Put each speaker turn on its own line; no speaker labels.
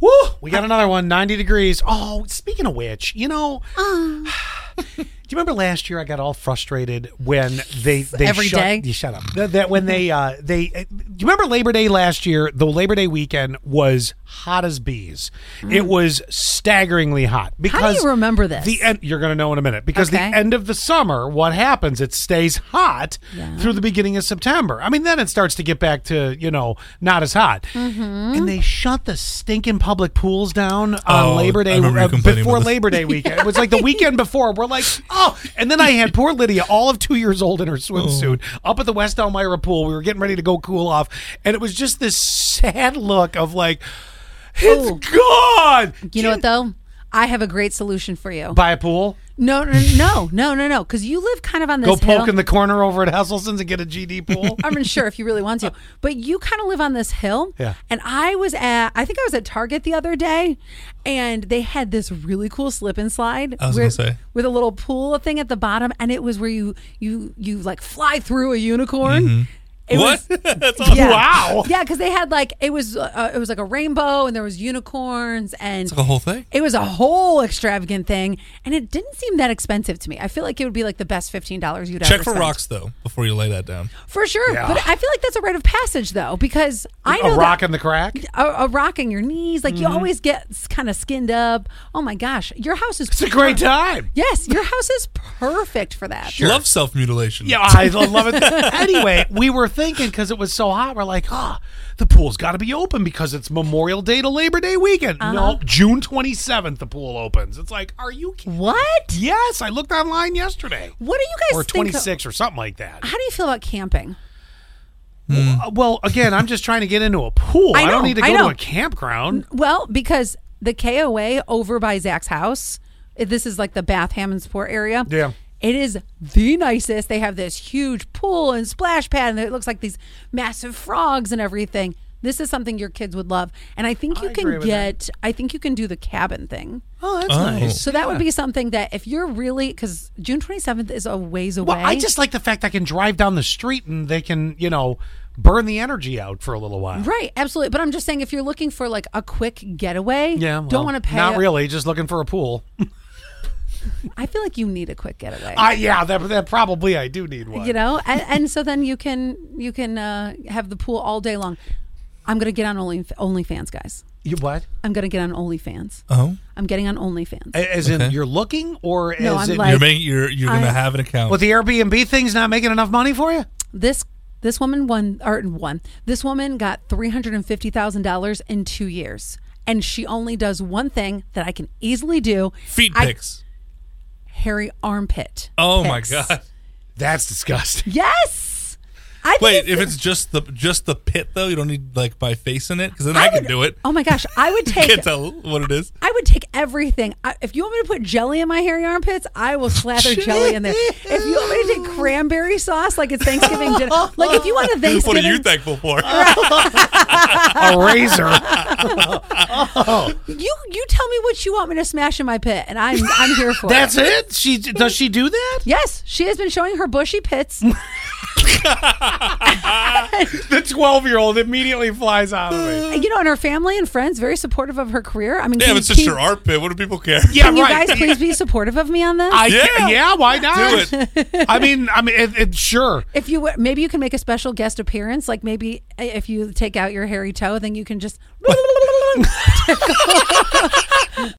Woo! We got another one, 90 degrees. Oh, speaking of which, you know,
Uh.
do you remember last year I got all frustrated when they they
Every
shut,
day?
You shut up. That, that when they uh they uh, do you remember Labor Day last year? The Labor Day weekend was hot as bees.
Mm.
It was staggeringly hot because
remember this?
The end you're going to know in a minute because
Okay.
the end of the summer, what happens? It stays hot through the beginning of September. I mean, then it starts to get back to you know not as hot. And they shut the stinking public pools down on
Oh,
Labor
I
Day uh,
remember you complaining
before
about this.
Labor Day weekend. It was like the weekend before. We're like, oh, and then I had poor Lydia, all of two years old in her swimsuit,
Oh.
up at the West Elmira pool. We were getting ready to go cool off, and it was just this sad look of like. it's gone.
you know what though? I have a great solution for you.
Buy a pool.
No, no, no, no, no, no. Because you live kind of on this
Go poke
hill.
in the corner over at Hesselson's and get a GD pool.
I mean, sure, if you really want to, but you kind of live on this hill.
Yeah.
And I was at, I think I was at Target the other day, and they had this really cool slip and slide.
I was
where-
gonna say.
with a little pool thing at the bottom, and it was where you you you like fly through a unicorn. It
What?
was-
That's awesome.
yeah.
Mm-hmm. Wow.
Yeah, because they had like it was uh, it was like a rainbow, and there was unicorns, and
The whole thing.
it was a whole extravagant thing, and it didn't seem that expensive to me. I feel like it would be like the best fifteen dollars you'd
Check
ever
for
spend.
rocks though before you lay that down.
for sure.
Yeah.
But I feel like that's a rite of passage though, because I know
a rock Mm-hmm.
that,
in the crack.
a, a rock in your knees, like you always get kind of skinned up. Oh my gosh, your house is
It's a great time.
yes, your house is perfect for that.
Love self mutilation.
Yeah, I love it. anyway, we were thinking because it was so hot, we're like, ah, the pool's got to be open because it's Memorial Day to Labor Day weekend.
Uh-huh.
No, June 27th, the pool opens. It's like, are you kidding?
What?
Yes, I looked online yesterday.
What do you guys
Or
think?
26 or something like that.
How do you feel about camping?
Uh, Well, again, I'm just trying to get into a pool.
Mm. I
I,
know,
don't need to
I
go
know.
to a campground.
Well, because the KOA over by Zach's house, this is like the Bath Hammondsport area.
Yeah.
It is the nicest. They have this huge pool and splash pad, and it looks like these massive frogs and everything. This is something your kids would love. And I think you
I agree
can
with that.
get, I think you can do the cabin thing.
Oh, that's
Oh.
nice.
So that would be something that if you're really, because June 27th is a ways away.
Well, I just like the fact I can drive down the street and they can, you know, burn the energy out for a little while.
Right, absolutely. But I'm just saying, if you're looking for like a quick getaway,
Yeah, well,
don't want to pay.
Not
a-
really, just looking for a pool.
I feel like you need a quick getaway.
I yeah, that, that probably I do need one.
you know and, and so then you can you can uh, have the pool all day long i'm gonna get on only onlyfans guys
You what?
i'm gonna get on onlyfans
Oh.
i'm getting on onlyfans
A- As in you're looking, or
No,
as
I'm
in
like-
You're making you're you're gonna
I-
have an account.
well, the Airbnb thing's not making enough money for you.
this this woman won or won this woman got $350000 in two years and she only does one thing that i can easily do
Feet
I-
pics.
hairy armpit
Oh my
pics.
god.
That's disgusting.
yes I think
Wait, if it's just the just the pit though, you don't need like my face in it because then I, can
would-
do it.
oh my gosh i would take
Can't tell what it is.
I would take everything. I, if you want me to put jelly in my hairy armpits, I will slather jelly in there. If you want me to take cranberry sauce, like it's Thanksgiving dinner, like if you want a
What are
Thanksgiving,
you thankful for?
a razor.
you you tell me what you want me to smash in my pit, and I'm I'm here for
That's
it.
it. She does she do that?
Yes, she has been showing her bushy pits.
The twelve year old immediately flies out of it.
you know, and her family and friends very supportive of her career. I mean,
Damn,
can,
it's just
can-
your armpit. What do people care?
oh, Yeah,
Can you
right.
guys please be supportive of me on this?
I, yeah,
Yeah.
yeah. Why not?
Do
it. I mean, I mean, it, it, sure.
if you w- maybe you can make a special guest appearance, eh, like maybe if you take out your hairy toe, then you can just